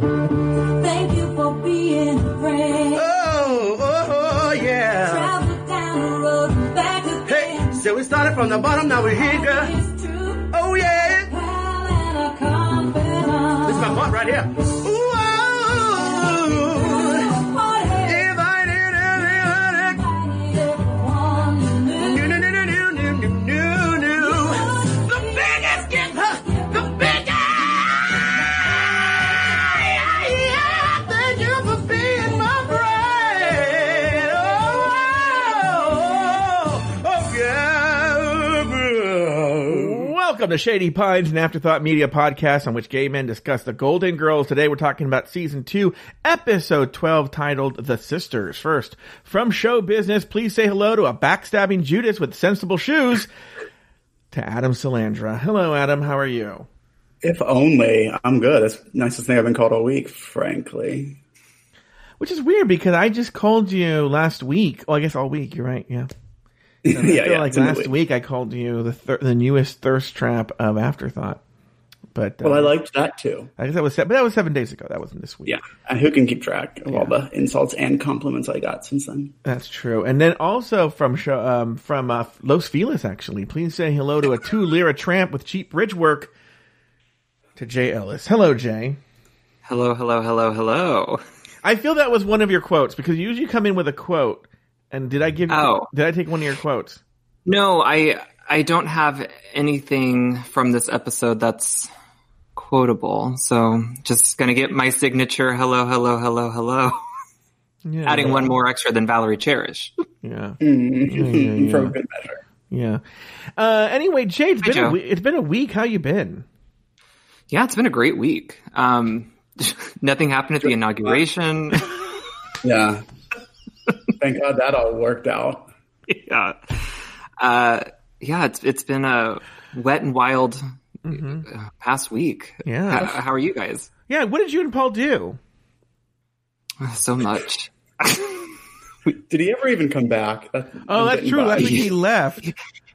Thank you for being a friend. Oh, oh, oh, yeah. Travel down the road and back again. Hey, so we started from the bottom, now we're here, girl. It's true, Oh, yeah. pal, and a This is my confidant. part right here. Ooh, oh, Party, divided and divided. party, everyone you knew. New, new, new, new, new, new, new, new. The biggest gift, huh? The biggest! Yeah, yeah, thank you for being my friend. Oh, oh, oh, yeah. Welcome to Shady Pines, an afterthought media podcast on which gay men discuss the Golden Girls. Today we're talking about season two, episode 12, titled The Sisters. First, from show business, please say hello to a backstabbing Judas with sensible shoes to Adam Salandra. Hello, Adam. How are you? If only I'm good. That's the nicest thing I've been called all week, frankly. Which is weird because I just called you last week. Oh, I guess all week. You're right. Yeah. yeah, I feel yeah. like it's in the last week I called you the thir- the newest thirst trap of afterthought. But uh, Well, I liked that too. I guess that was se- but that was seven days ago. That wasn't this week. Yeah, and who can keep track of all the insults and compliments I got since then? That's true. And then also from show, um, from uh, Los Feliz, actually. Please say hello to a two lira tramp with cheap bridge work to Jay Ellis. Hello, Jay. Hello, hello, hello, hello. I feel that was one of your quotes because you usually come in with a quote. And did I give? you- Oh. did I take one of your quotes? No, I I don't have anything from this episode that's quotable. So just gonna get my signature hello, hello, hello, hello. Yeah. Adding one more extra than Valerie Cherish. Yeah. Mm, yeah, For yeah. a good measure. Yeah. Uh, anyway, Jay, it's Hi, been a Joe. we- it's been a week. How you been? Yeah, it's been a great week. Um nothing happened at the inauguration. Yeah. Thank God that all worked out. yeah. Uh yeah, it's it's been a wet and wild uh, past week. Yeah. H- how are you guys? Yeah. What did you and Paul do? So much. Did he ever even come back? That- Oh, I'm that's getting true. by. Last week he left.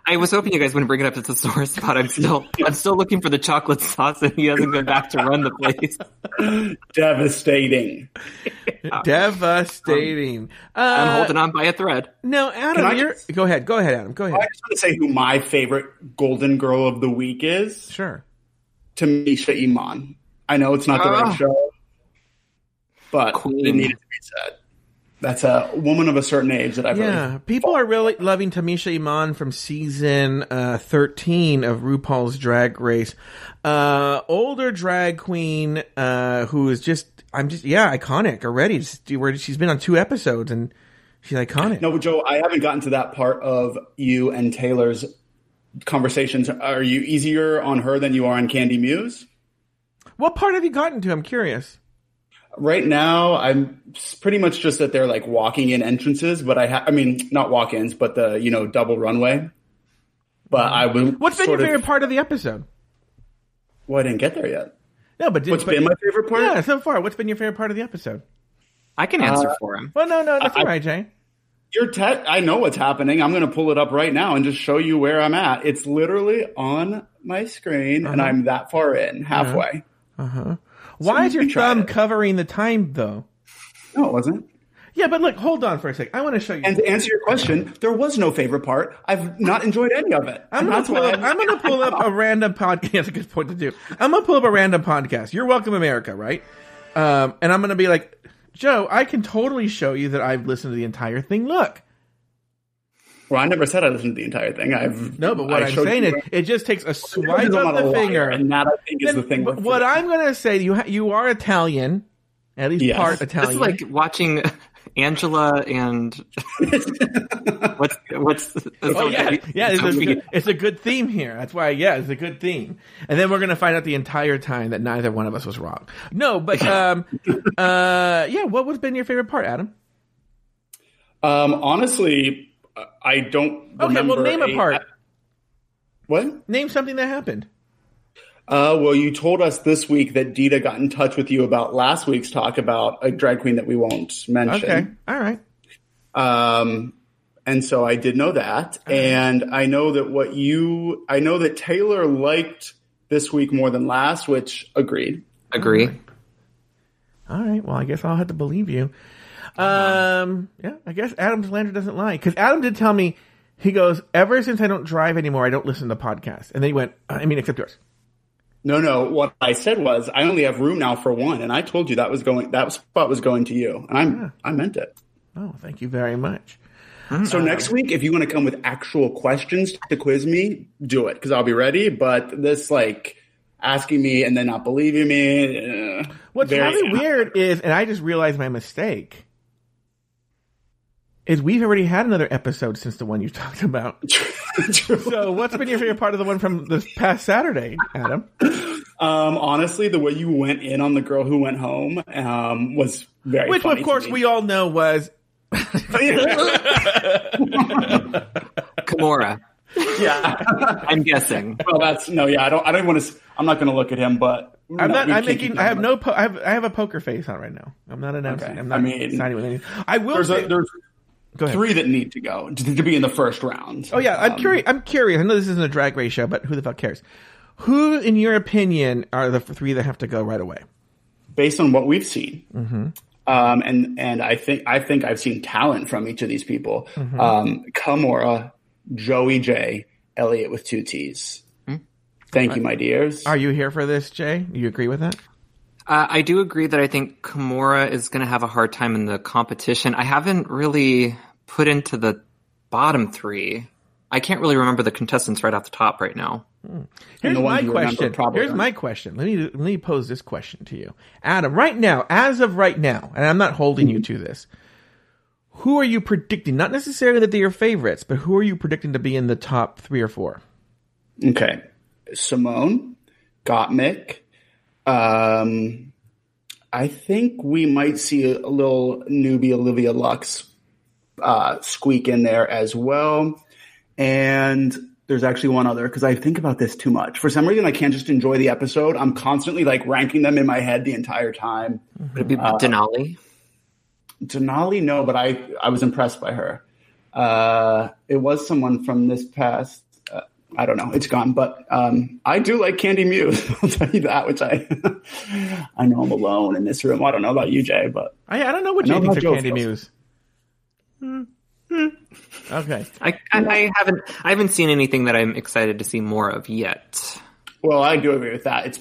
I was hoping you guys wouldn't bring it up to the sore spot. I'm still, I'm still looking for the chocolate sauce, and he hasn't gone back to run the place. Devastating. Devastating. Uh, Uh, I'm holding on by a thread. No, Can Adam, I you're just- go ahead. Go ahead, Adam. Go ahead. I just want to say who my favorite Golden Girl of the Week is Sure. Tamisha Iman. I know it's not the Ah. right show, but Queen. it needed to be said. That's a woman of a certain age that I've Yeah, really people are really loving Tamisha Iman from season uh, thirteen of RuPaul's Drag Race. Uh, older drag queen uh, who is just, I'm just, yeah, iconic already. Just, where she's been on two episodes and she's iconic. No, Joe, I haven't gotten to that part of you and Taylor's conversations. Are you easier on her than you are on Candy Muse? What part have you gotten to? I'm curious. Right now, I'm s- pretty much just that they're like walking in entrances, but I ha- I mean, not walk ins, but the, you know, double runway. But I would. Mm-hmm. What's been sort your of- favorite part of the episode? Well, I didn't get there yet. No, but What's but- been my favorite part? Yeah, so far, what's been your favorite part of the episode? I can uh, answer for him. Well, no, no, that's I- all right, Jay. Your tech, I know what's happening. I'm going to pull it up right now and just show you where I'm at. It's literally on my screen, and Uh-huh. I'm that far in, halfway. Why is your you tried thumb it. covering the time though? No, it wasn't. Yeah, but look, hold on for a sec. I want to show you. And to answer your question, there was no favorite part. I've not enjoyed any of it. I'm And gonna that's pull why up. I'm gonna pull up a random podcast. That's a good point to do. I'm gonna pull up a random podcast. You're welcome, America, right? Um, and I'm gonna be like, Joe, I can totally show you that I've listened to the entire thing. Look, Well, I never said I listened to the entire thing. I've no, but what I I'm showed saying you- is, it just takes a Because swipe I'm of not a the liar, finger. and that I think is Then the thing. what we're- what I'm gonna say, you ha- you are Italian, at least Yes. part This is This Italian. is like watching Angela and what's what's. Oh yeah, yeah. It's a, Sophie. good- it's a good theme here. That's why, yeah, it's a good theme. And then we're gonna find out the entire time that neither one of us was wrong. No, but um, uh, yeah. What was been your favorite part, Adam? um, honestly, uh, I don't. Okay, remember well, uh, name a part. What? Name something that happened. Uh, well, you told us this week that Dita got in touch with you about last week's talk about a drag queen that we won't mention. Okay, all right. Um, and so I did know that. And I know that what you, I know that Taylor liked this week more than last, which agreed. Agree. All right. Well, I guess I'll have to believe you. Um, yeah, I guess Adam Lander doesn't lie because Adam did tell me he goes ever since I don't drive anymore, I don't listen to podcasts. And then he went, I mean, except yours. No, no. What I said was, I only have room now for one, and I told you that was going. That spot was going to you, and I'm. I meant it. Oh, thank you very much. So next week, if you want to come with actual questions to quiz me, do it because I'll be ready. But this like asking me and then not believing me. Uh, What's very- really weird is, and I just realized my mistake. Is we've already had another episode since the one you talked about. So, what's been your favorite part of the one from this past Saturday, Adam? um, honestly, the way you went in on the girl who went home um, was very. Which, funny of course, to we me. all know was Kimura, yeah. I'm guessing. Well, that's no. Yeah, I don't. I don't want to. I'm not going to look at him, but I'm not. no, we I'm can't making. keep I have talking no. Po- I have. I have a poker face on right now. I'm not announcing. Okay. I'm not I mean- signing with anything. I will. about- There's Say, a, there's go ahead. three that need to go to, to be in the first round. Oh yeah. I'm Um, curious. I'm curious. I know this isn't a drag race show, but who the fuck cares? Who, in your opinion, are the three that have to go right away? based on what we've seen. Um, and and I think I think I've seen talent from each of these people. Um, Kamora, Joey J, Elliot with two T's. Thank you, my dears. Are you here for this, Jay? Do you agree with that? Uh, I do agree that I think Kimura is going to have a hard time in the competition. I haven't really put into the bottom three. I can't really remember the contestants right off the top right now. Here's the my ones you remember question. probably Here's aren't. my question. Let me let me pose this question to you, Adam. Right now, as of right now, and I'm not holding you to this. Who are you predicting? Not necessarily that they're your favorites, but who are you predicting to be in the top three or four? okay, Simone, Gottmik. Um, I think we might see a little newbie Olivia Lux uh, squeak in there as well. And there's actually one other because I think about this too much. For some reason, I can't just enjoy the episode. I'm constantly like ranking them in my head the entire time. Would it be Denali? Denali, no, but I I was impressed by her. Uh, it was someone from this past. Uh, I don't know. It's gone, but um, I do like Candy Muse. I'll tell you that. Which I I know I'm alone in this room. I don't know about you, Jay, but I, I don't know what I Jay know thinks how of Joe Candy feels. Muse. Okay. I, I, I haven't I haven't seen anything that I'm excited to see more of yet. well, I do agree with that. It's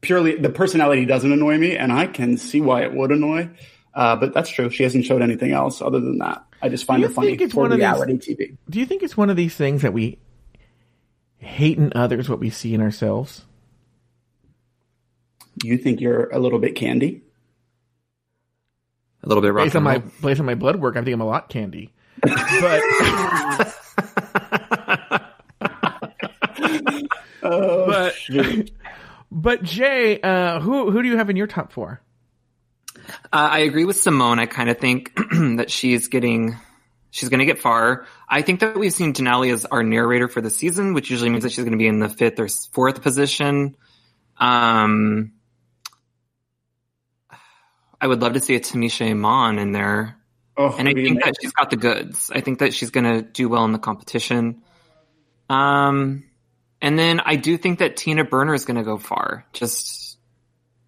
purely the personality doesn't annoy me, and I can see why it would annoy. Uh, but that's true. She hasn't showed anything else other than that. I just find you it funny think it's for one of these- reality TV. Do you think it's one of these things that we hate in others what we see in ourselves? You think you're a little bit candy? A little bit rock Based on my and roll. based on my blood work, I think I'm a lot candy. But but but Jay, uh, who who do you have in your top four? Uh, I agree with Simone. I kind of think that she's getting, she's going to get far. I think that we've seen Denali as our narrator for the season, which usually means that she's going to be in the fifth or s- fourth position. Um, I would love to see a Tamisha Iman in there. Oh, And I it'd be think amazing. that she's got the goods. I think that she's going to do well in the competition. Um, and then I do think that Tina Burner is going to go far, just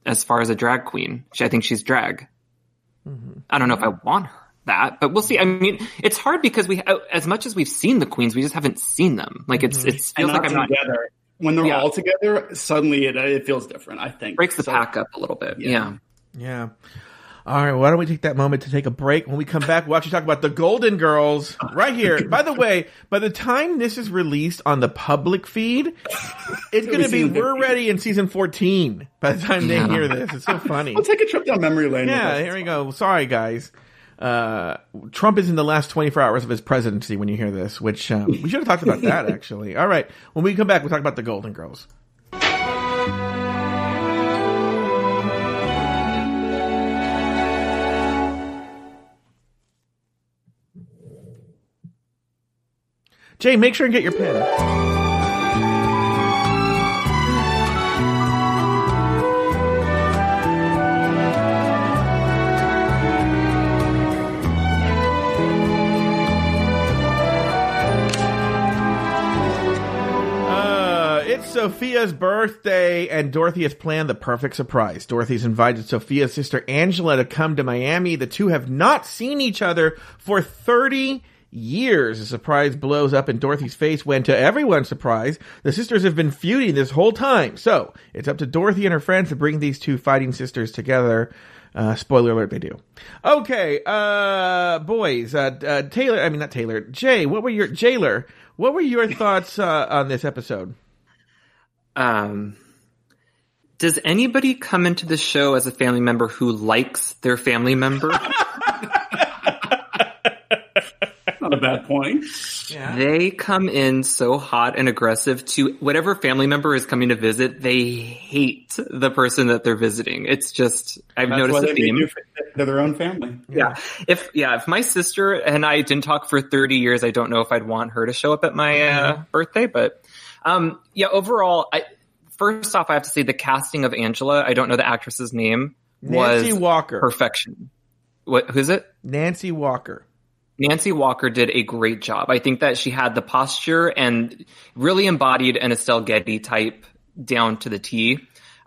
as far as a drag queen. She, I think she's drag. Mm-hmm. I don't know if I want her that, but we'll see. I mean, it's hard because we, oh, as much as we've seen the queens, we just haven't seen them. Like it's, it's Mm-hmm. and feels like I'm not together. when they're Yeah. all together, suddenly it, it feels different. I think breaks the So- pack up a little bit. yeah. Yeah. All right. Why don't we take that moment to take a break? When we come back, we'll actually talk about the Golden Girls right here. by the way, by the time this is released on the public feed, it's going to be season we're ready in season fourteen. By the time they Yeah. hear this, it's so funny. Let's take a trip down memory lane. Yeah. with us. Here we go. Sorry, guys. Uh, Trump is in the last 24 hours of his presidency when you hear this, which um, we should have talked about that actually. All right. When we come back, we'll talk about the Golden Girls. Jay, make sure and get your pen. Uh, it's Sophia's birthday, and Dorothy has planned the perfect surprise. Dorothy's invited Sophia's sister Angela to come to Miami. The two have not seen each other for 30 years. The surprise blows up in Dorothy's face when, to everyone's surprise, the sisters have been feuding this whole time. So, it's up to Dorothy and her friends to bring these two fighting sisters together. Uh, spoiler alert, they do. Okay, uh, boys, uh, uh, Taylor, I mean, not Taylor, Jay, what were your, Jailer, what were your thoughts uh, on this episode? Um, does anybody come into the show as a family member who likes their family member? Not a bad point. they come in so hot and aggressive to whatever family member is coming to visit. They hate the person that they're visiting. It's just I've That's why noticed they a theme. do fit- They're their own family. Yeah. If yeah, if my sister and I didn't talk for 30 years, I don't know if I'd want her to show up at my uh, birthday, but um yeah, overall I first off I have to say the casting of Angela, I don't know the actress's name, Nancy was Walker. perfection. What who's it? Nancy Walker. Nancy Walker did a great job. I think that she had the posture and really embodied an Estelle Getty type down to the T.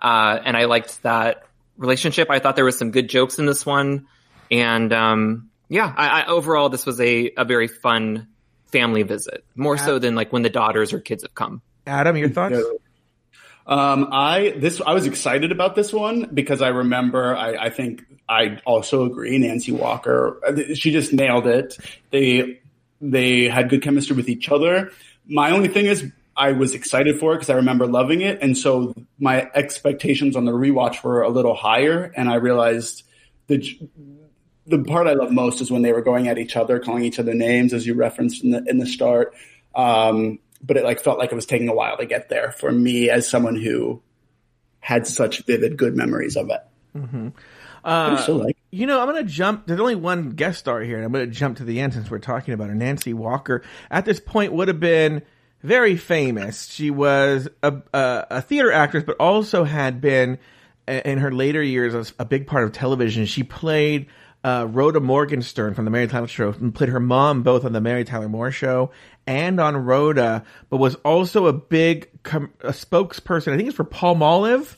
Uh, and I liked that relationship. I thought there was some good jokes in this one. And um, yeah, I, I, overall, this was a, a very fun family visit, more so than like when the daughters or kids have come. Adam, your thoughts? Um, I this I was excited about this one because I remember I, I think I also agree Nancy Walker uh, she just nailed it. They they had good chemistry with each other. My only thing is I was excited for it because I remember loving it, and so my expectations on the rewatch were a little higher, and I realized the j- the part I love most is when they were going at each other, calling each other names, as you referenced in the in the start. Um, but it like felt like it was taking a while to get there for me as someone who had such vivid good memories of it. Mm-hmm. so like You know, I'm going to jump. There's only one guest star here, and I'm going to jump to the end since we're talking about her. Nancy Walker, at this point, would have been very famous. She was a, a, a theater actress, but also had been, a- in her later years, was a big part of television. She played uh, Rhoda Morgenstern from The Mary Tyler Show and played her mom both on The Mary Tyler Moore Show and on Rhoda, but was also a big com- a spokesperson. I think it's for Palmolive.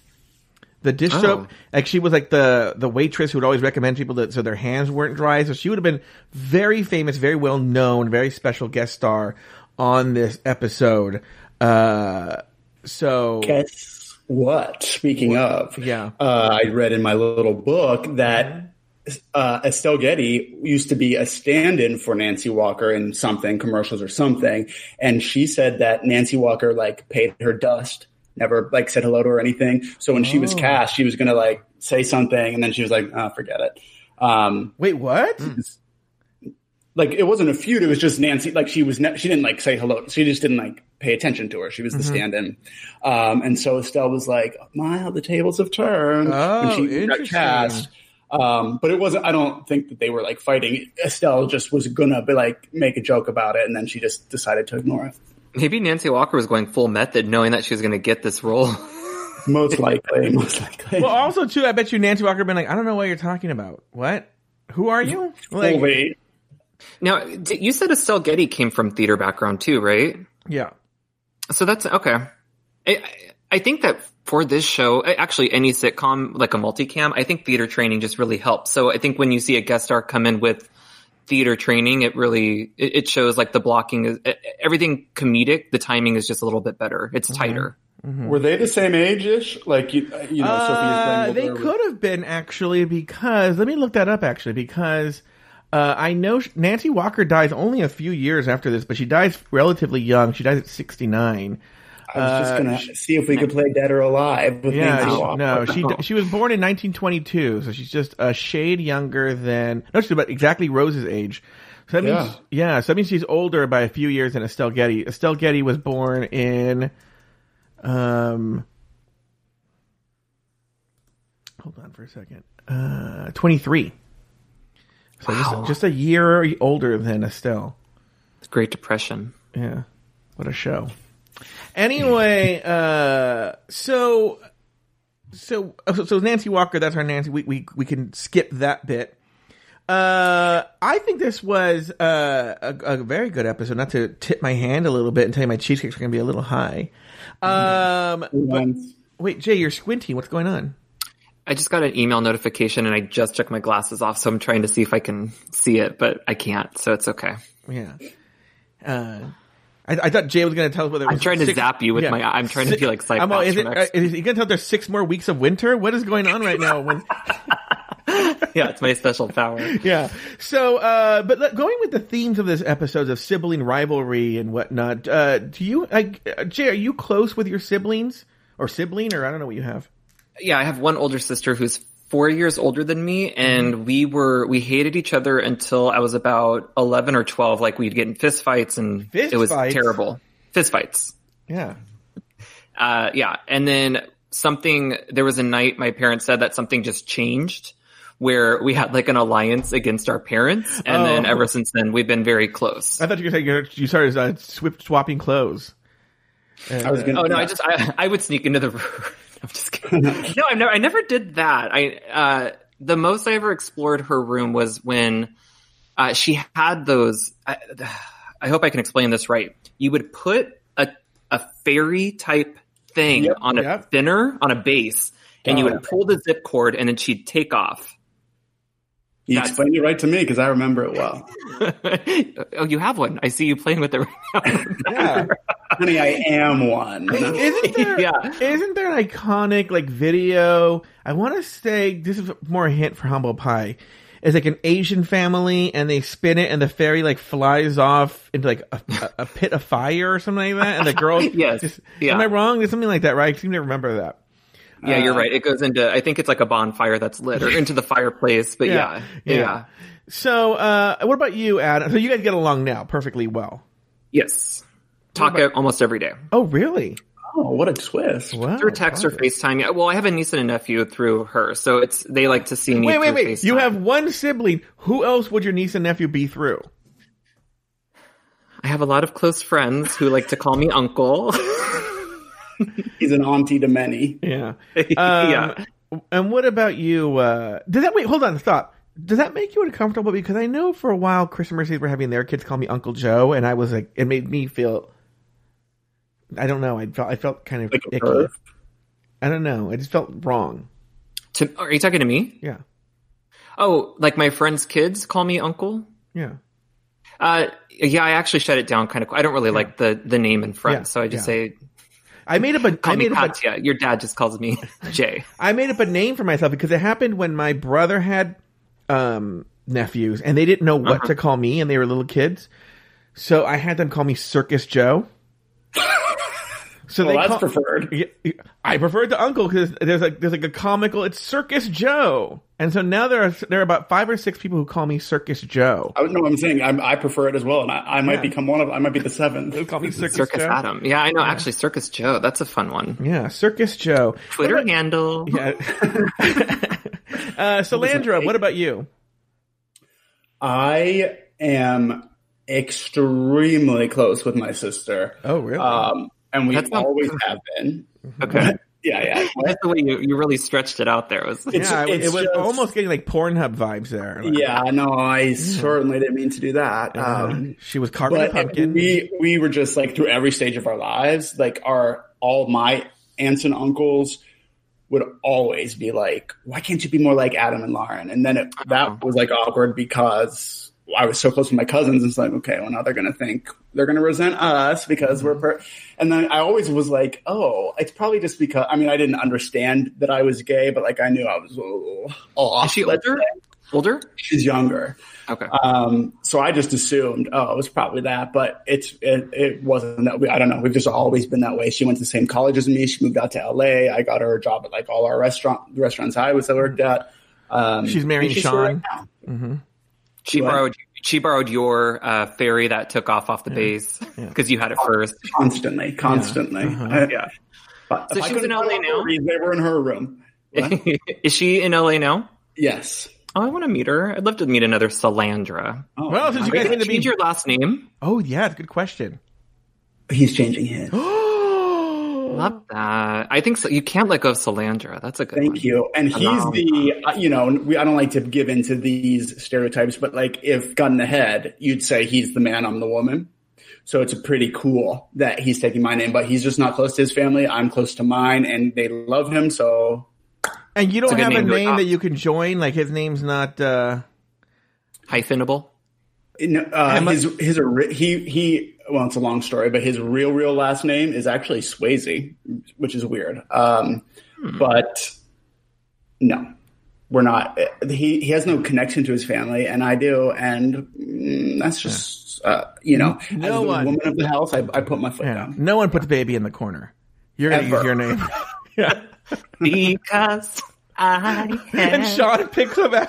the dish soap. Like she was like the the waitress who would always recommend people that so their hands weren't dry. So she would have been very famous, very well known, very special guest star on this episode. Uh, so guess what? Speaking of, Yeah. uh, I read in my little book that uh, Estelle Getty used to be a stand-in for Nancy Walker in something commercials or something, and she said that Nancy Walker like paid her dust, never like said hello to her or anything. So when she was cast, she was gonna like say something, and then she was like, "Ah, forget it." Um, wait, what? like it wasn't a feud. It was just Nancy. Like she was, ne- she didn't like say hello. She just didn't like pay attention to her. She was Mm-hmm. the stand-in, um, and so Estelle was like, "My, how the tables have turned." Oh, when she got interesting. cast. Um, but it wasn't. I don't think that they were like fighting. Estelle just was gonna be like make a joke about it, and then she just decided to ignore it. Maybe Nancy Walker was going full method knowing that she was going to get this role. Most likely, most likely. Well, also too, I bet you Nancy Walker been like, I don't know what you're talking about. What? Who are you? Like, Oh, wait. now, d- you said Estelle Getty came from theater background too, right? yeah. So that's okay. I, I think that for this show, actually any sitcom, like a multicam, I think theater training just really helps. So I think when you see a guest star come in with theater training, it really, it, it shows like the blocking is e, everything comedic. The timing is just a little bit better. It's Mm-hmm. tighter. Were they the same age ish? Like you, Hmm. you know, Uh, Sophia's they playing older. could have been actually because let me look that up actually because uh, I know sh- Nancy Walker dies only a few years after this, but she dies relatively young. She dies at sixty nine. I was just gonna see if we could play Dead or Alive with Uh, Yeah, Nancy she- Walker. no, she she was born in 1922, so she's just a shade younger than no, she's about exactly Rose's age. So that means yeah. so that means she's older by a few years than Estelle Getty. Estelle Getty was born in, um, hold on for a second, uh, 23. So just, just a year older than Estelle. It's Great Depression. Yeah. What a show. Anyway, uh so so oh, so Nancy Walker, that's our Nancy. We we we can skip that bit. Uh I think this was uh a, a very good episode. Not to tip my hand a little bit and tell you my cheesecakes are going to be a little high. Um, Once. wait, Jay, you're squinting. What's going on? I just got an email notification and I just took my glasses off, so I'm trying to see if I can see it, but I can't, so it's okay. Yeah. Uh, I, I thought Jay was going to tell us whether it I'm was trying to six- zap you with yeah. my. I'm trying to Six- be like I'm all, Cyclops. is, it, from X- uh, is he going to tell us there's six more weeks of winter? What is going on right now? When yeah, it's my special power. yeah. So, uh, but let- going with the themes of this episode of sibling rivalry and whatnot, uh, do you, like, uh, Jay, are you close with your siblings or sibling or I don't know what you have? Yeah, I have one older sister who's four years older than me, Mm-hmm. and we were we hated each other until I was about eleven or twelve. Like we'd get in fist fights, and Fist it was fights? terrible. Fist fights. Yeah. Uh, yeah. And then something, there was a night my parents said that something just changed where we had like an alliance against our parents. And then Oh. ever since then, we've been very close. I thought you were saying you're- you started uh, swip, swapping clothes. uh, I was gonna. Oh no, I just, I, I would sneak into the room. I'm just kidding. No, I never, I never did that. I, uh, the most I ever explored her room was when, uh, she had those, I, I hope I can explain this right. You would put a, a fairy type thing Yep, on a yep. thinner, on a base, and you Got would it. pull the zip cord and then she'd take off. You That's- explained it right to me because I remember it well. oh, you have one. I see you playing with it right Yeah. Honey, I am one. Isn't there, Yeah. isn't there an iconic like video? I want to say this is more a hint for humble pie. It's like an Asian family, and they spin it, and the fairy like flies off into like a, a, a pit of fire or something like that. And the girl, Yes. just- Yeah. am I wrong? There's something like that, right? I seem to remember that. now. yeah, you're right. It goes into, I think it's like a bonfire that's lit or into the fireplace, but Yeah, yeah, yeah. yeah. So, uh, what about you, Adam? So you guys get along now perfectly well. Yes. Talk out almost every day. Oh, really? Oh, what a twist! Wow. Through text or FaceTime. Yeah. Well, I have a niece and a nephew through her, so it's, they like to see me. Wait, wait, through wait! FaceTime. You have one sibling. Who else would your niece and nephew be through? I have a lot of close friends who like to call me uncle. He's an auntie to many. Yeah. Yeah. Um, And what about you? Uh, did that wait? Hold on, stop. Does that make you uncomfortable? Because I know for a while Chris and Mercedes were having their kids call me Uncle Joe, and I was like, it made me feel. I don't know. I felt I felt kind of Like a icky. perv. I don't know. I just felt wrong. to, are you talking to me? Yeah. Oh, like my friend's kids call me uncle? Yeah. Uh, yeah, I actually shut it down kind of. I don't really like the the name in front, Yeah, so I just yeah. say I made up a call I me made up a, Katya. Your dad just calls me Jay. I made up a name for myself because it happened when my brother had um, nephews and they didn't know what to call me and they were little kids. So I had them call me Circus Joe. So Well, they that's call- preferred. Yeah, yeah. I prefer the uncle because there's like there's like a comical. It's Circus Joe, and so now there are there are about five or six people who call me Circus Joe. I no, I'm saying I, I prefer it as well, and I, I might Yeah. become one of. I might be the seventh. Call me Circus, Circus Joe. Adam. Yeah, I know. Actually, Circus Joe. That's a fun one. Yeah, Circus Joe. Twitter handle. Mm-hmm. Yeah. uh, Salandra, what about you? I am extremely close with my sister, Oh, really? um, and we That's not- always have been. Okay, Yeah, yeah. that's the way you, you really stretched it out. There It was. It's- yeah, it- it's it was just- almost getting like Pornhub vibes there. Like, Yeah, no, I certainly didn't mean to do that. Um, she was carving a but pumpkin. we we were just like through every stage of our lives like our all my aunts and uncles would always be like why can't you be more like adam and lauren and then it, Uh-huh. that was like awkward because i was so close with my cousins it's like okay well now they're gonna think they're gonna resent us because Mm-hmm. we're per-. and then i always was like oh it's probably just because i mean i didn't understand that i was gay but like i knew i was a little Oh, off Is she Like, older? Older? she's younger Okay. Uh, um, so I just assumed, oh, it was probably that, but it's it, it wasn't that. We, I don't know. We've just always been that way. She went to the same college as me. She moved out to L.A. I got her a job at like all our restaurant the restaurants I was I worked at. Um, She's marrying and still Sean. right now. Mm-hmm. she what? borrowed. She borrowed your uh, ferry that took off off the base because you had it first. constantly, constantly. Uh-huh. Uh, yeah. But So if I she was couldn't in LA find now? her, They were in her room. What? Is she in LA now? yes. Oh, I want to meet her. I'd love to meet another Salandra. Oh, well, since you Are guys you need gonna to be. change your last name? oh yeah, it's a good question. he's changing his. Love Mm-hmm. that. I think so. You can't let go of Salandra. That's a good one. Thank you. And he's Allow the, uh, you know, we, I don't like to give into these stereotypes, but like if gun in the head, you'd say he's the man, I'm the woman. So it's pretty cool that he's taking my name, but he's just not close to his family. I'm close to mine, and they love him. So And you don't It's a have good a name to name that adopt. you can join. Like his name's not. uh Hyphenable. No, uh, Emma- his his ori- he he. Well, it's a long story, but his real real last name is actually Swayze, which is weird. Um, Hmm. But no, we're not. He he has no connection to his family, and I do, and mm, that's just uh, you know, as No the one- woman of the house, I, I put my foot yeah. down. No one puts baby in the corner. You're gonna Ever. use your name. yeah. Because I And have Sean picks him out.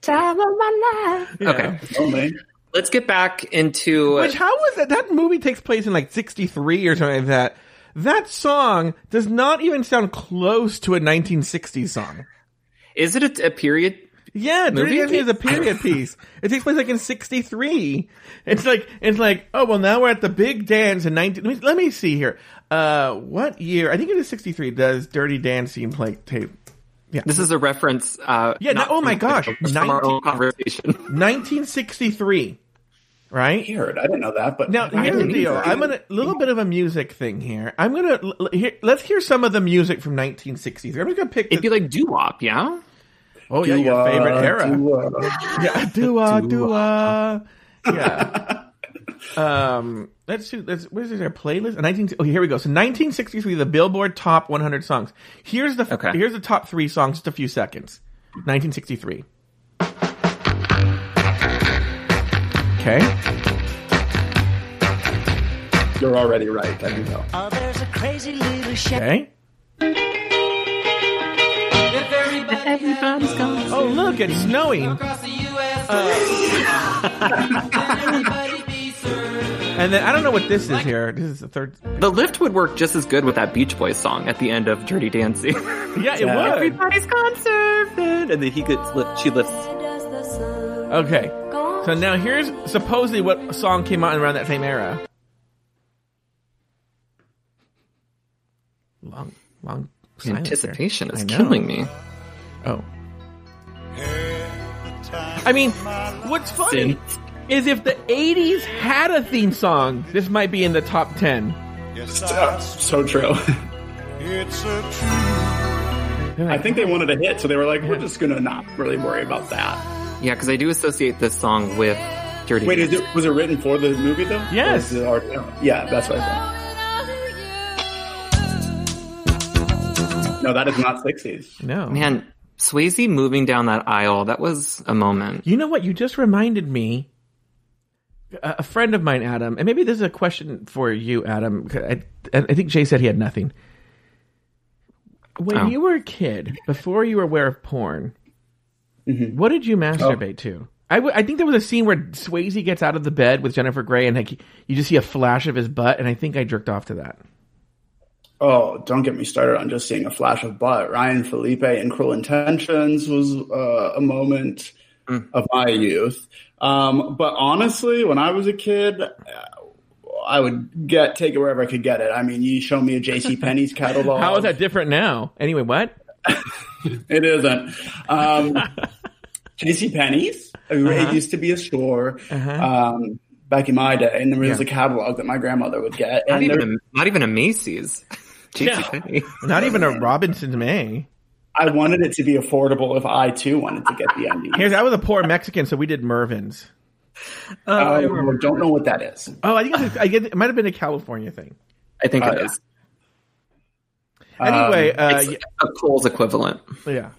time of my life. Yeah. Okay. Only. Let's get back into Which how was that? That movie takes place in like '63 or something like that. That song does not even sound close to a 1960s song. is it a, a period? Yeah, Dirty Movie Dancing is a period piece. It takes place like in '63. It's like it's like oh well now we're at the big dance in 19. Let me, let me see here. Uh, what year? I think it is '63. Does Dirty Dancing play tape? This is a reference. Uh, Yeah, not no- oh my from- gosh, from our own conversation. 1963, right? Weird. I didn't know that, but Now here's the didn't deal. either. I'm gonna little bit of a music thing here. I'm gonna l- l- here, let's hear some of the music from 1963. I'm just gonna pick. It'd be the- like doo wop, yeah. oh yeah, your Doo-wah, favorite era. doo-wah. Yeah, doo-wah, doo-wah. Yeah. um, let's see. Let's, where's there a playlist? 19. Oh, here we go. So 1963, the Billboard Top 100 songs. Here's the Okay. here's the top three songs. Just a few seconds. 1963. Okay. You're already right. I do know. Uh, Oh, there's a crazy little shack. Okay. Oh, look, it's snowing. Uh, And then I don't know what this is here. This is the third. The lift would work just as good with that Beach Boys song at the end of Dirty Dancing. Yeah, it Yeah. would. Everybody's gone surfing, and then he gets lift. She lifts. Okay. So now here's supposedly what song came out around that same era. Long, long silence there. Anticipation is I know. killing me. Oh. I mean, what's funny is if the 80s had a theme song, this might be in the top 10. So, so true. I think they wanted a hit, so they were like, "We're just gonna not really worry about that." Yeah, because I do associate this song with Dirty. Wait, is Dancing. it was it written for the movie though? Yes. Or is it already- yeah, that's what I thought. No, that is not sixties. No. Man, Swayze moving down that aisle, that was a moment. You know what? You just reminded me. A a friend of mine, Adam, and maybe this is a question for you, Adam. 'cause I, I think Jay said he had nothing. When Oh. you were a kid, before you were aware of porn, what did you masturbate to? I, w- I think there was a scene where Swayze gets out of the bed with Jennifer Grey, and like he- you just see a flash of his butt, and I think I jerked off to that. Oh, don't get me started on just seeing a flash of butt. Ryan Felipe and Cruel Intentions was uh, a moment Mm. of my youth. Um, but honestly, when I was a kid, uh, I would get take it wherever I could get it. I mean, you show me a J.C. Penney's catalog. How is that different now? Anyway, what? It isn't. Um, JC Penney's. Uh-huh. It used to be a store um, back in my day, and there was Yeah. a catalog that my grandmother would get. Not And even there- a, not even a Macy's. JCPenney. Not even a Robinson's May. I wanted it to be affordable if I too wanted to get the undies. Here's I was a poor Mexican, so we did Mervin's. Um, I don't know what that is. Oh, I think it's, I get, it might have been a California thing. I think Oh, it yeah. is. Anyway, uh, It's a Cole's equivalent. y- yeah.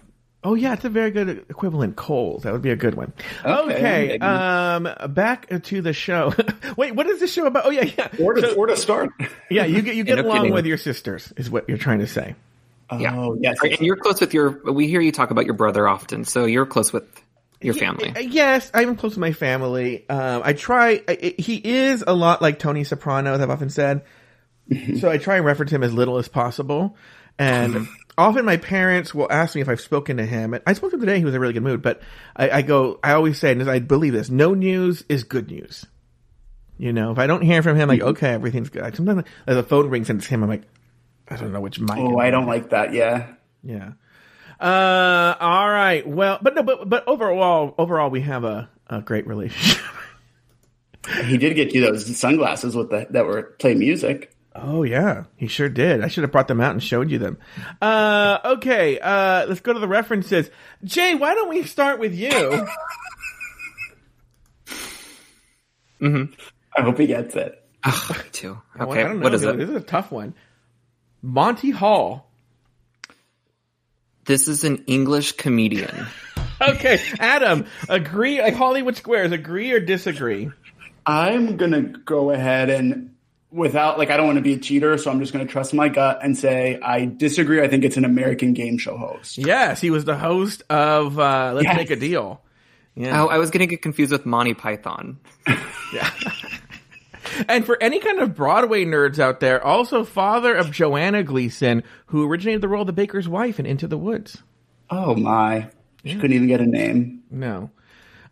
Oh yeah, it's a very good equivalent. Coles, that would be a good one. Okay, maybe. um, back to the show. Wait, what is this show about? Oh yeah, yeah, Where to, where to start? yeah. You get you get no along kidding. with your sisters, is what you're trying to say. Yeah. Oh, yes. And you're close with your. We hear you talk about your brother often, so you're close with your family. Y- Yes, I'm close to my family. Um, I try. I, I- he is a lot like Tony Soprano, as I've often said. Mm-hmm. so I try and reference him as little as possible. And often my parents will ask me if I've spoken to him. And I spoke to him today. He was in a really good mood. But I, I go. I always say, and I believe this: no news is good news. You know, if I don't hear from him, Mm-hmm. like okay, everything's good. Sometimes like, the phone rings and it's him. I'm like, I don't know which mic. Oh, it I is. don't like that. Yeah. Yeah. Uh, all right. Well, but no, but but overall, overall, we have a a great relationship. He did get you those sunglasses with the, that were play music. Oh yeah, he sure did. I should have brought them out and showed you them. Uh, okay, uh, let's go to the references. Jay, why don't we start with you? I hope he gets it. Ugh, me too. Well, Okay, what is dude. it? This is a tough one. Monty Hall. This is an English comedian. Okay, Adam, agree. Like Hollywood Squares, agree or disagree? I'm gonna go ahead and without like I don't want to be a cheater, so I'm just gonna trust my gut and say I disagree. I think it's an American game show host. Yes, he was the host of uh, Let's Yes. Make a Deal. oh, I was gonna get confused with Monty Python. And for any kind of Broadway nerds out there, also father of Joanna Gleason, who originated the role of the baker's wife in Into the Woods. Oh my. She couldn't even get a name. No.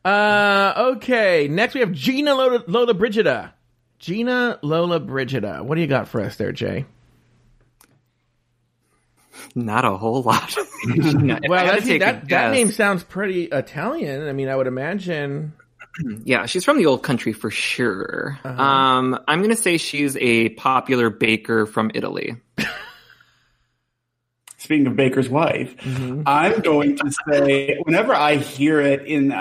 Uh, okay. Next we have Gina Lola, Lola Brigida. Gina Lola Brigida. What do you got for us there, Jay? Not a whole lot. Well, I had that's- to take a that, that guess. name sounds pretty Italian. I mean, I would imagine. Yeah, she's from the old country for sure. Uh-huh. Um, I'm gonna say she's a popular baker from Italy. Speaking of Baker's wife, I'm going to say whenever I hear it in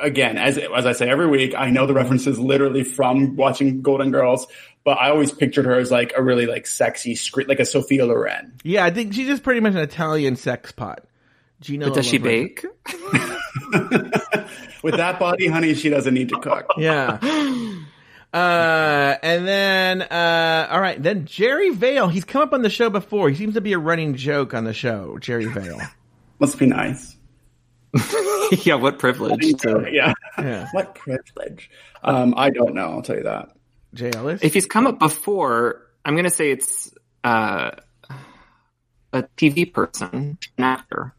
again as as I say every week, I know the references literally from watching Golden Girls, but I always pictured her as like a really like sexy scre like a Sophia Loren. Yeah, I think she's just pretty much an Italian sex pot. Gina. But does Lola she Brigida. bake? With that body, honey, she doesn't need to cook. Yeah. Uh, and then, uh, all right, then Jerry Vale. He's come up on the show before. He seems to be a running joke on the show, Jerry Vale. Must be nice. yeah, what privilege. to- yeah. Yeah. What privilege. Um, I don't know. I'll tell you that. Jay Ellis. If he's come up before, I'm gonna say it's uh, a TV person, an actor.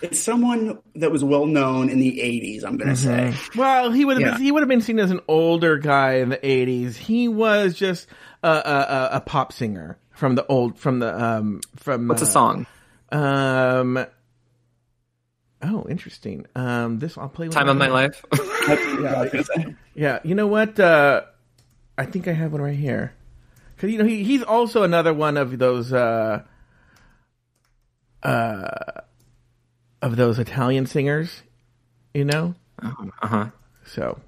It's someone that was well known in the 80s, I'm going to say. Well, he would have Yeah. been, he would have been seen as an older guy in the eighties. He was just a, a, a, a pop singer from the old from the um from What's uh, a song? Um. Oh, interesting. Um, this I'll play. one Time of my life. Mm-hmm. Yeah, you know what? Uh, I think I have one right here. Cause you know he, he's also another one of those uh, uh, of those Italian singers, you know. Uh huh. So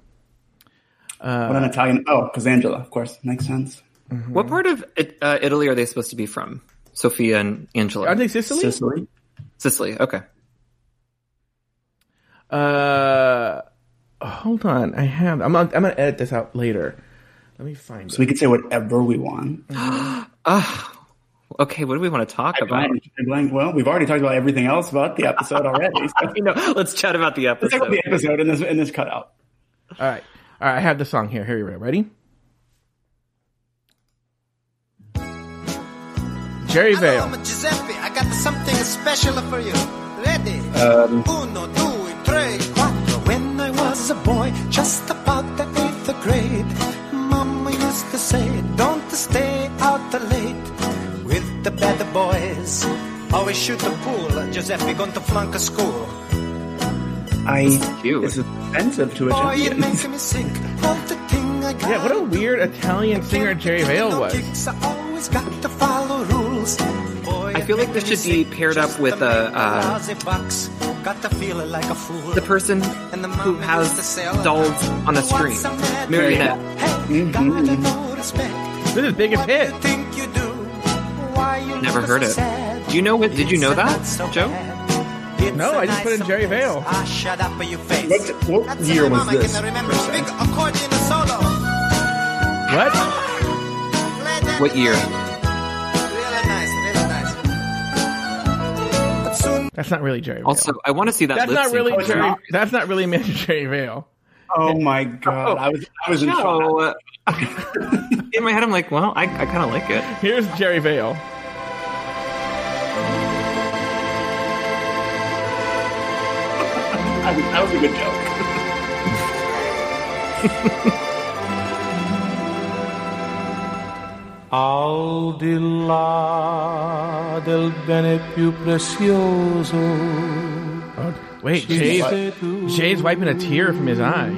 What an Italian. Oh, because Angela, of course. Makes sense. what part of it- uh, Italy are they supposed to be from? Sophia and Angela. are they Sicily? Sicily. Sicily. Okay. Uh, hold on. I have. I'm. Gonna, I'm gonna edit this out later. Let me find So we could say whatever we want. Okay. What do we want to talk about? Blank, blank. Well, we've already talked about everything else about the episode already. So You know, let's chat about the let's talk episode. about the episode in this, in this cutout. it. All right. All right. I have the song here. Here you go. Ready? Jerry Hello, Vale. I'm Giuseppe. I got something special for you. Ready? Um, Uno, due, tre, quattro. When I was a boy, just about the eighth grade, Mama used to say, "Don't stay out late with the bad boys." Always shoot the pool. Giuseppe going to flunk a school. I, cute. it's offensive to a Boy, it gentleman. makes me sick. All the thing I got. Yeah. What a weird Italian singer Jerry Vale was. I always got to follow rules. Boy, I feel like this should be paired up with a, uh, got to feel like a fool. the person And the who mama has used to sell dolls on a string. What's the matter? Marionette. Mm-hmm. Hey, gotta know respect. This is big as What do hit. you think you do? Why you Never look heard so it. sad? Do you know what- did you It's know that, not so Joe? bad. It's No, a I just put in nice Jerry place. Vale. Ah, shut up, you face. What- what That's year my was mama can this, remember. per se? Big accordion solo. What? Play that What year? Really nice, really nice. But soon That's not really Jerry. Vale. Also, I want to see that. that's lip not sync. really Oh, Jerry. That's not really Mr. Jerry Vale. Oh my God. I was, I was in shock. No. In my head, I'm like, well, I, I kind of like it. Here's Jerry Vale. I was- that was a good joke. Al di là del bene più prezioso. Oh, wait, Jay's, Jay's wiping a tear from his eye.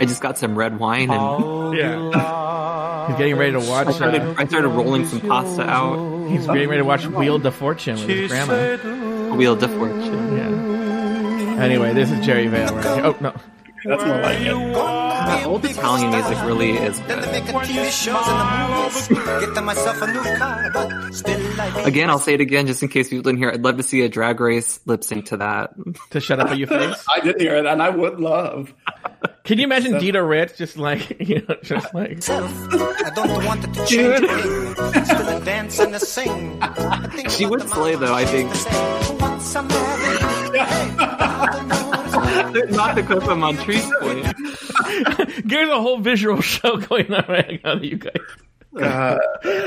I just got some red wine and Yeah. He's getting ready to watch. I started, Uh, I started rolling some pasta out. he's getting ready to watch Wheel to Fortune with his grandma. Wheel of Fortune. Yeah. Anyway, this is Jerry Vale. Right here. Oh no. That's more like it. Uh, old Italian music really is Then they good. make a TV shows and the movies. Get myself a new car, but still I be Again, I'll say it again just in case people didn't hear. I'd love to see a drag race lip sync to that. To shut up with your face. I didn't hear it, and I would love. Can you imagine Dita Ritz just like you know, just like myself. I don't want it to change a thing. Still I dance and I sing. I think She about would the slay, mama though, I she think. used to say, Once I'm married, hey, I don't know what it's like. Not the clip of Montrese played. there's a whole visual show going on right now that you guys. Uh,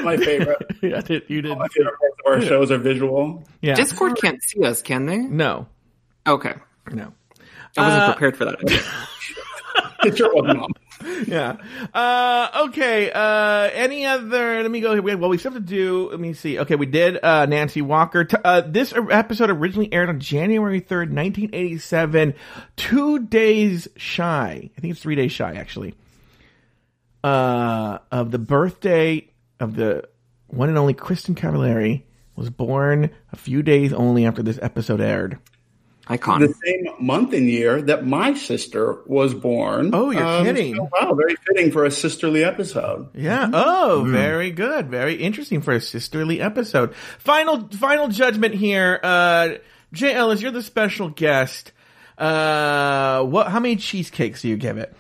my favorite. yeah, did, you did. My favorite parts of our shows are visual. Yeah. Discord can't see us, can they? no, Okay. no. I wasn't prepared for that. It sure wasn't on. Yeah. Uh, okay. Uh, any other? Let me go here. We well, we still have to do. Let me see. Okay, we did uh, Nancy Walker. T- uh, this or- episode originally aired on January third, nineteen eighty-seven. Two days shy. I think it's three days shy, actually. Uh, of the birthday of the one and only Kristen Cavallari was born a few days only after this episode aired. Icon. The same month and year that my sister was born. Um, Oh, you're kidding. so, wow, very fitting for a sisterly episode. Yeah. Oh, very good. Very interesting for a sisterly episode. Final, final judgment here. Uh, Jay Ellis, you're the special guest. Uh, what, how many cheesecakes do you give it?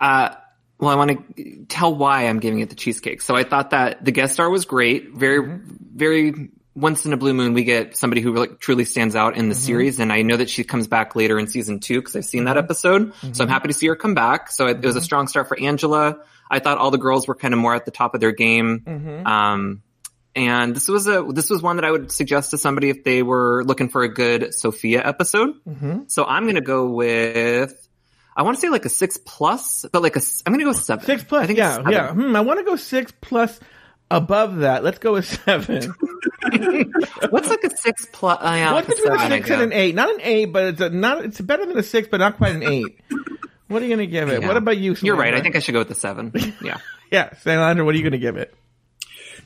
Uh, well, I want to tell why I'm giving it the cheesecake. So I thought that the guest star was great. Very, very once in a blue moon, we get somebody who like truly stands out in the series. And I know that she comes back later in season two because I've seen that episode. So I'm happy to see her come back. So it, it was a strong start for Angela. I thought all the girls were kind of more at the top of their game. Um, and this was a this was one that I would suggest to somebody if they were looking for a good Sophia episode. Mm-hmm. So I'm gonna go with I want to say like a six plus, but like a s- I'm gonna go seven. Six plus. I think yeah. it's seven. Yeah. Hmm. I want to go six plus above that. Let's go with seven. What's like a six plus? Uh, yeah, What's like a between a seven, I six and an guess. eight? Not an eight, but it's a, not, it's better than a six, but not quite an eight. What are you going to give it? Yeah. What about you? You're right. I Sandra? think I should go with the seven. Yeah. yeah. Sandra, what are you going to give it?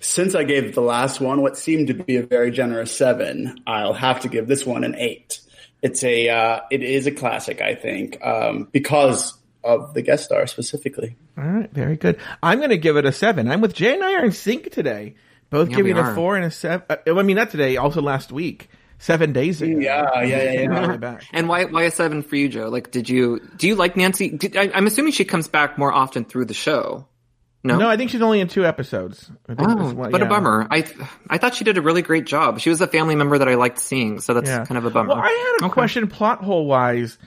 Since I gave the last one what seemed to be a very generous seven, I'll have to give this one an eight. It's a, uh, it is a classic, I think, um, because of the guest star specifically. All right, very good. I'm going to give it a seven. I'm with Jay and I are in sync today. Both Yeah, giving we a are. four and a seven. Uh, I mean, not today, also last week, seven days ago. Yeah, yeah, yeah, Came all the yeah. way back. And why why a seven for you, Joe? Like, did you do you like Nancy? Did, I, I'm assuming she comes back more often through the show. No. No, I think she's only in two episodes. I think Oh, this one- but a yeah. bummer. I I thought she did a really great job. She was a family member that I liked seeing, so that's Yeah. kind of a bummer. Well, I had a Okay. question, plot hole wise.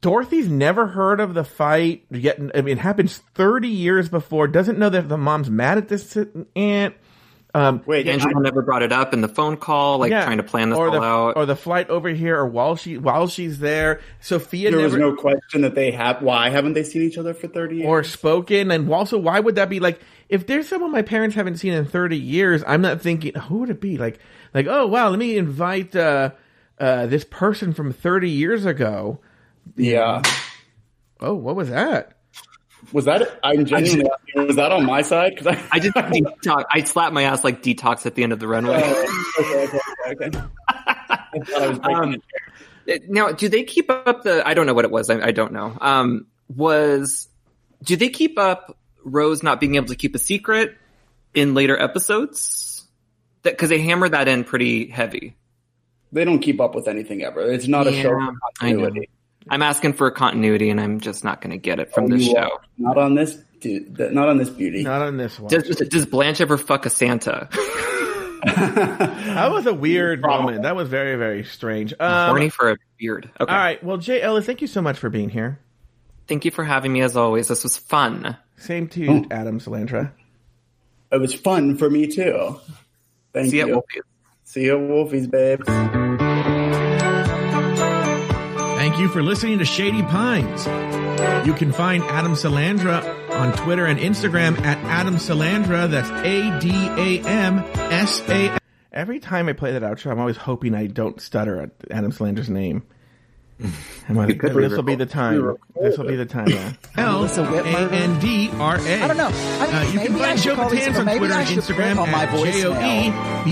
Dorothy's never heard of the fight. Yet, I mean, it happens 30 years before. Doesn't know that the mom's mad at this aunt. Wait, Angela never brought it up in the phone call, like Yeah. trying to plan this or all the, out. Or the flight over here, or while she while she's there, Sophia there never, was no question that they have. Why haven't they seen each other for thirty years? or spoken and also why would that be like if there's someone my parents haven't seen in 30 years i'm not thinking who would it be like like oh wow let me invite uh uh this person from 30 years ago yeah, oh what was that was that? I'm genuinely. was that on my side? Because I, I just detox. I slapped my ass like detox at the end of the runway. okay, okay, okay, okay. I thought I was breaking Um, now, do they keep up the? I don't know what it was. I, I don't know. Um, was do they keep up Rose not being able to keep a secret in later episodes? That because they hammer that in pretty heavy. they don't keep up with anything ever. It's not a Yeah, show for I know. continuity. I'm asking for continuity, and I'm just not going to get it from this You show. are Not on this dude. th- Not on this beauty. not on this one Does, does Blanche ever fuck a Santa? that was a weird moment that was very very strange um, Horny for a beard. Okay. all right well jay ellis thank you so much for being here Thank you for having me as always. This was fun. same to you, adam salantra It was fun for me too. Thank See you you. at Wolfie's. See you, Wolfies, babes. Thank you for listening to Shady Pines. You can find Adam Salandra on Twitter and Instagram at Adam Salandra. That's A D A M S A. Every time I play that outro, I'm always hoping I don't stutter at Adam Salandra's name. Am I- could be This will be the recorded. time. This will be the time. Ryan. L A N D R A. I don't know. I Uh, you maybe can I find should Joe call these- Batanz or on maybe Twitter I and should Instagram click on my at J O E B E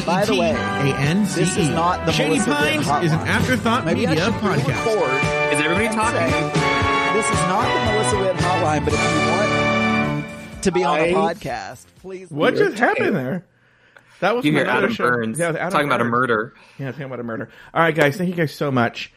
voicemail. By the T way, A N C E. this is not the Shady Melissa Dillon Pines is an hotline. afterthought Maybe I media should podcast. re-record Is everybody and talking? say, This is not the Melissa Witt hotline, but if you want to be on a I- podcast, please. What Weird. just happened there? That was You from hear another Adam show. Burns Yeah, it was Adam talking about a Burns. murder. Yeah, talking about a murder. All right, guys, thank you guys so much.